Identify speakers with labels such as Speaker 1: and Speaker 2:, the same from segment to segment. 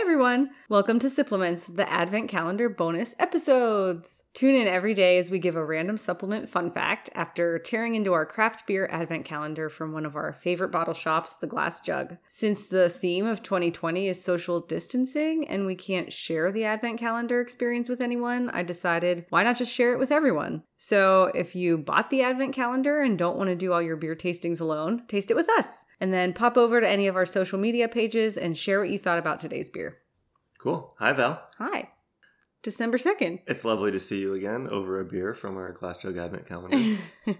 Speaker 1: everyone! Welcome to Supplements, the Advent Calendar bonus episodes. Tune in every day as we give a random supplement fun fact after tearing into our craft beer Advent Calendar from one of our favorite bottle shops, The Glass Jug. Since the theme of 2020 is social distancing and we can't share the Advent Calendar experience with anyone, I decided why not just share it with everyone? So if you bought the Advent Calendar and don't want to do all your beer tastings alone, taste it with us. And then pop over to any of our social media pages and share what you thought about today's beer.
Speaker 2: Cool. Hi, Val.
Speaker 1: Hi. December 2nd.
Speaker 2: It's lovely to see you again over a beer from our Glass Jug Advent Calendar.
Speaker 1: Oh,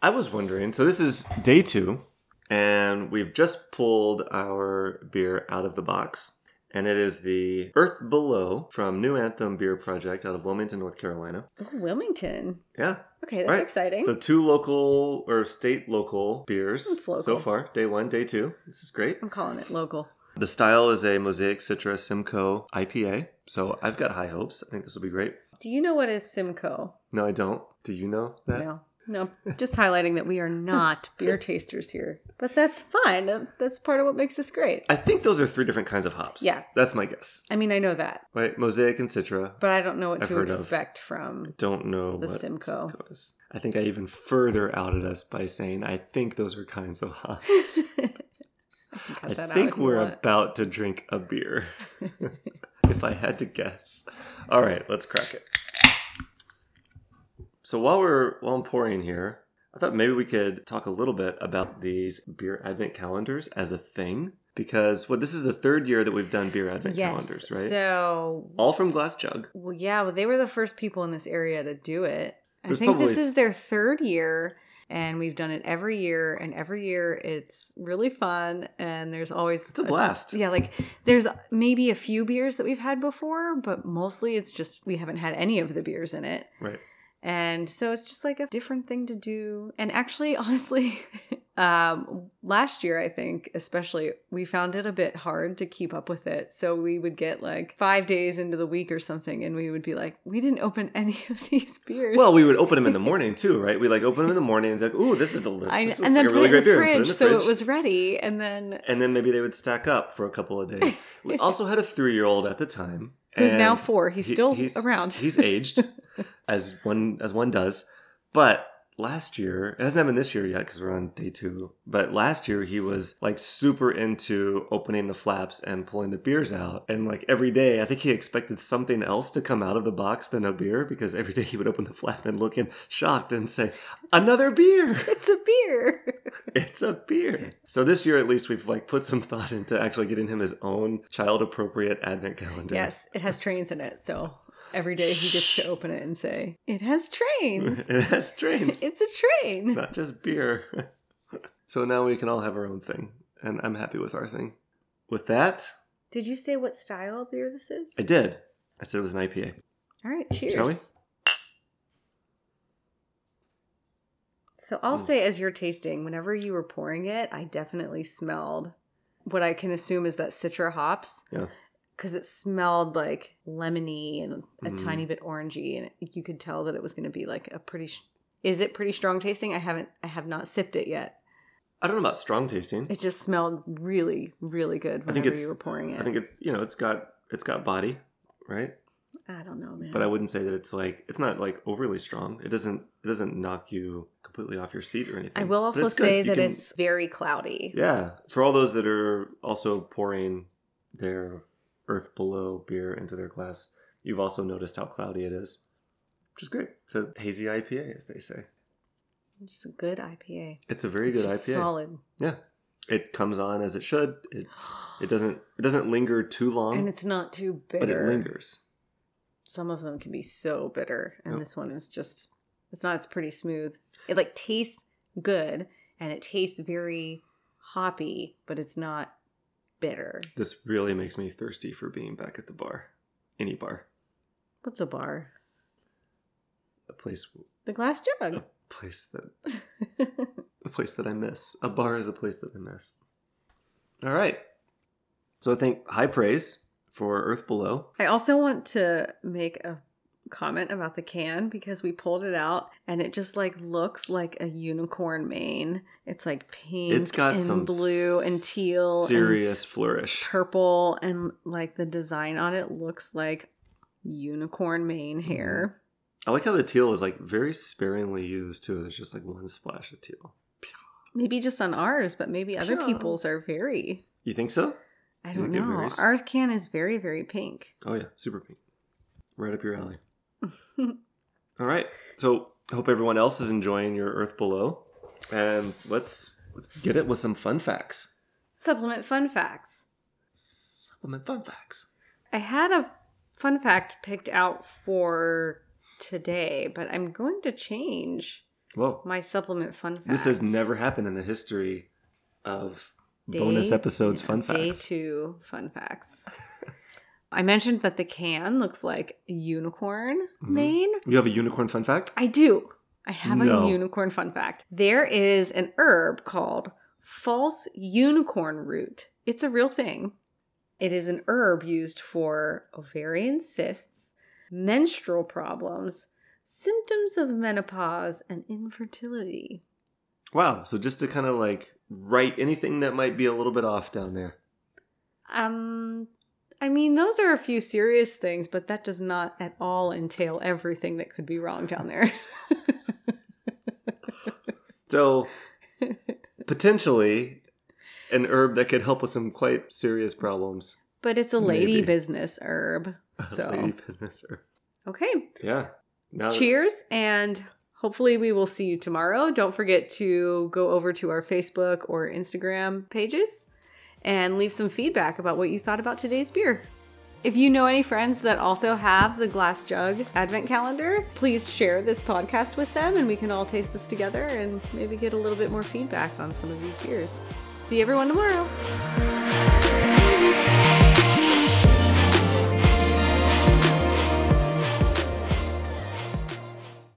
Speaker 2: I was wondering so, this is day two, and we've just pulled our beer out of the box. And it is the Earth Below from New Anthem Beer Project out of Wilmington, North Carolina.
Speaker 1: Oh, Wilmington.
Speaker 2: Yeah.
Speaker 1: Okay, that's
Speaker 2: All right.
Speaker 1: exciting.
Speaker 2: So, two local or state local beers
Speaker 1: It's local.
Speaker 2: so far. Day one, day two. This is great.
Speaker 1: I'm calling it local.
Speaker 2: The style is a Mosaic Citra Simcoe IPA. So, I've got high hopes. I think this will be great.
Speaker 1: Do you know what is Simcoe?
Speaker 2: No, I don't. Do you know that?
Speaker 1: No. No, just highlighting that we are not beer tasters here. But that's fine. That- That's part of what makes this great.
Speaker 2: I think those are three different kinds of hops.
Speaker 1: Yeah.
Speaker 2: That's my guess.
Speaker 1: I mean, I know that,
Speaker 2: Right? Mosaic and Citra.
Speaker 1: but I don't know what
Speaker 2: I've
Speaker 1: to
Speaker 2: heard of.
Speaker 1: expect from.
Speaker 2: Don't know
Speaker 1: The
Speaker 2: what
Speaker 1: Simcoe.
Speaker 2: is. I think I even further outed us by saying I think those are kinds of hops.
Speaker 1: I can cut
Speaker 2: I
Speaker 1: that out
Speaker 2: think
Speaker 1: if you
Speaker 2: we're
Speaker 1: want.
Speaker 2: about to drink a beer. if I had to guess. All right, let's crack it. So while we're while I'm pouring here, I thought maybe we could talk a little bit about these beer advent calendars as a thing because well, this is the third year that we've done beer advent
Speaker 1: yes.
Speaker 2: calendars, right?
Speaker 1: So,
Speaker 2: All from glass jug.
Speaker 1: well, yeah, well, they were the first people in this area to do it. I
Speaker 2: There's
Speaker 1: think this
Speaker 2: probably-
Speaker 1: is their third year, and we've done it every year, and every year it's really fun, and there's always
Speaker 2: It's a blast.
Speaker 1: Uh, Yeah, like there's maybe a few beers that we've had before, but mostly it's just we haven't had any of the beers in it.
Speaker 2: Right.
Speaker 1: And so it's just like a different thing to do. And actually, honestly, um, last year, I think, especially, we found it a bit hard to keep up with it. So we would get like five days into the week or something, and we would be like, we didn't open any of these beers.
Speaker 2: Well, we would open them in the morning too, right? We like open them in the morning and it's like, "Ooh, this is delicious."
Speaker 1: I,
Speaker 2: this looks
Speaker 1: and then
Speaker 2: like a
Speaker 1: put,
Speaker 2: really
Speaker 1: it in
Speaker 2: great
Speaker 1: the
Speaker 2: beer. Put
Speaker 1: fridge,
Speaker 2: in the
Speaker 1: so it
Speaker 2: fridge.
Speaker 1: was ready. And then
Speaker 2: and then maybe they would stack up for a couple of days. We also had a three-year-old at the time,
Speaker 1: who's
Speaker 2: and
Speaker 1: now four? He's
Speaker 2: he-
Speaker 1: still
Speaker 2: he's-
Speaker 1: around.
Speaker 2: he's aged, as one as one does. But last year, it hasn't happened this year yet because we're on day two. But last year, he was like super into opening the flaps and pulling the beers out, and like every day, I think he expected something else to come out of the box than a beer because every day he would open the flap and look in shocked and say, "Another beer."
Speaker 1: it's a beer.
Speaker 2: It's a beer. So this year, at least, we've like put some thought into actually getting him his own child-appropriate advent calendar.
Speaker 1: Yes, it has trains in it. So every day he gets to open it and say, It has trains.
Speaker 2: it has trains,
Speaker 1: it's a train.
Speaker 2: not just beer. so now we can all have our own thing, and I'm happy with our thing. With that,
Speaker 1: Did you say what style of beer this is?
Speaker 2: I did. I said it was an IPA.
Speaker 1: All right, cheers.
Speaker 2: Shall we?
Speaker 1: So I'll
Speaker 2: Mm.
Speaker 1: say, as you're tasting, whenever you were pouring it, I definitely smelled what I can assume is that citra hops.
Speaker 2: Yeah.
Speaker 1: Because it smelled like lemony and a
Speaker 2: Mhm.
Speaker 1: tiny bit orangey, and you could tell that it was going to be like a pretty. Sh- is it pretty strong tasting? I haven't. I have not sipped it yet.
Speaker 2: I don't know about strong tasting.
Speaker 1: It just smelled really, really good
Speaker 2: I
Speaker 1: whenever
Speaker 2: think it's-
Speaker 1: you were pouring it.
Speaker 2: I think it's you know it's got it's got body, right?
Speaker 1: I don't know, man.
Speaker 2: But I wouldn't say that it's like it's not like overly strong. It doesn't it doesn't knock you completely off your seat or anything.
Speaker 1: I will
Speaker 2: But
Speaker 1: also
Speaker 2: it's good.
Speaker 1: say
Speaker 2: You
Speaker 1: that
Speaker 2: can-
Speaker 1: it's very cloudy.
Speaker 2: Yeah, for all those that are also pouring their Earth Below beer into their glass, you've also noticed how cloudy it is, which is great. It's a hazy IPA, as they say.
Speaker 1: Just a good IPA.
Speaker 2: It's a very
Speaker 1: It's
Speaker 2: good
Speaker 1: just
Speaker 2: IPA.
Speaker 1: Solid.
Speaker 2: It comes on as it should. It it doesn't it doesn't linger too long,
Speaker 1: and it's not too bitter.
Speaker 2: Um, but it lingers.
Speaker 1: Some of them can be so bitter, and
Speaker 2: Yep.
Speaker 1: this one is just. It's not. It's pretty smooth. It like tastes good, and it tastes very hoppy, but it's not bitter.
Speaker 2: This really makes me thirsty for being back at the bar, any bar,
Speaker 1: What's a bar?
Speaker 2: a place
Speaker 1: The glass
Speaker 2: a
Speaker 1: jug.
Speaker 2: place that a place that I miss. A bar is a place that I miss. All right. So I think high praise for Earth Below.
Speaker 1: I also want to make a comment about the can because we pulled it out and it just like looks like a unicorn mane. It's like pink
Speaker 2: It's got
Speaker 1: and
Speaker 2: some
Speaker 1: blue and teal and
Speaker 2: serious flourish.
Speaker 1: purple and like the design on it looks like unicorn mane
Speaker 2: Mm-hmm.
Speaker 1: hair.
Speaker 2: I like how the teal is like very sparingly used too. There's just like one splash of teal.
Speaker 1: Maybe just on ours, but maybe other
Speaker 2: Yeah.
Speaker 1: people's are very
Speaker 2: You think so?
Speaker 1: I
Speaker 2: You
Speaker 1: don't
Speaker 2: think it
Speaker 1: know.
Speaker 2: varies?
Speaker 1: Our can is very, very pink.
Speaker 2: Oh yeah, super pink. Right up your alley. All right. So hope everyone else is enjoying your Earth Below, and let's let's get it with some fun facts.
Speaker 1: Supplement fun facts.
Speaker 2: Supplement fun facts.
Speaker 1: I had a fun fact picked out for today, but I'm going to change
Speaker 2: Whoa,
Speaker 1: my supplement fun fact.
Speaker 2: this has never happened in the history of bonus
Speaker 1: Day-
Speaker 2: episodes
Speaker 1: yeah,
Speaker 2: fun
Speaker 1: Day
Speaker 2: facts.
Speaker 1: two fun facts. I mentioned that the can looks like a unicorn
Speaker 2: Mhm.
Speaker 1: mane.
Speaker 2: You have a unicorn fun fact?
Speaker 1: I do. I have
Speaker 2: No.
Speaker 1: a unicorn fun fact. There is an herb called false unicorn root. It's a real thing. It is an herb used for ovarian cysts, menstrual problems, symptoms of menopause, and infertility.
Speaker 2: Wow. So just to kind of like write anything that might be a little bit off down there.
Speaker 1: Um, I mean, those are a few serious things, but that does not at all entail everything that could be wrong down there.
Speaker 2: So potentially an herb that could help with some quite serious problems.
Speaker 1: but it's a lady
Speaker 2: Maybe.
Speaker 1: business herb.
Speaker 2: Lady
Speaker 1: So,
Speaker 2: business herb.
Speaker 1: okay.
Speaker 2: Yeah. Now that-
Speaker 1: Cheers, and hopefully we will see you tomorrow. Don't forget to go over to our Facebook or Instagram pages and leave some feedback about what you thought about today's beer. If you know any friends that also have the glass jug advent calendar, please share this podcast with them and we can all taste this together and maybe get a little bit more feedback on some of these beers. See everyone tomorrow.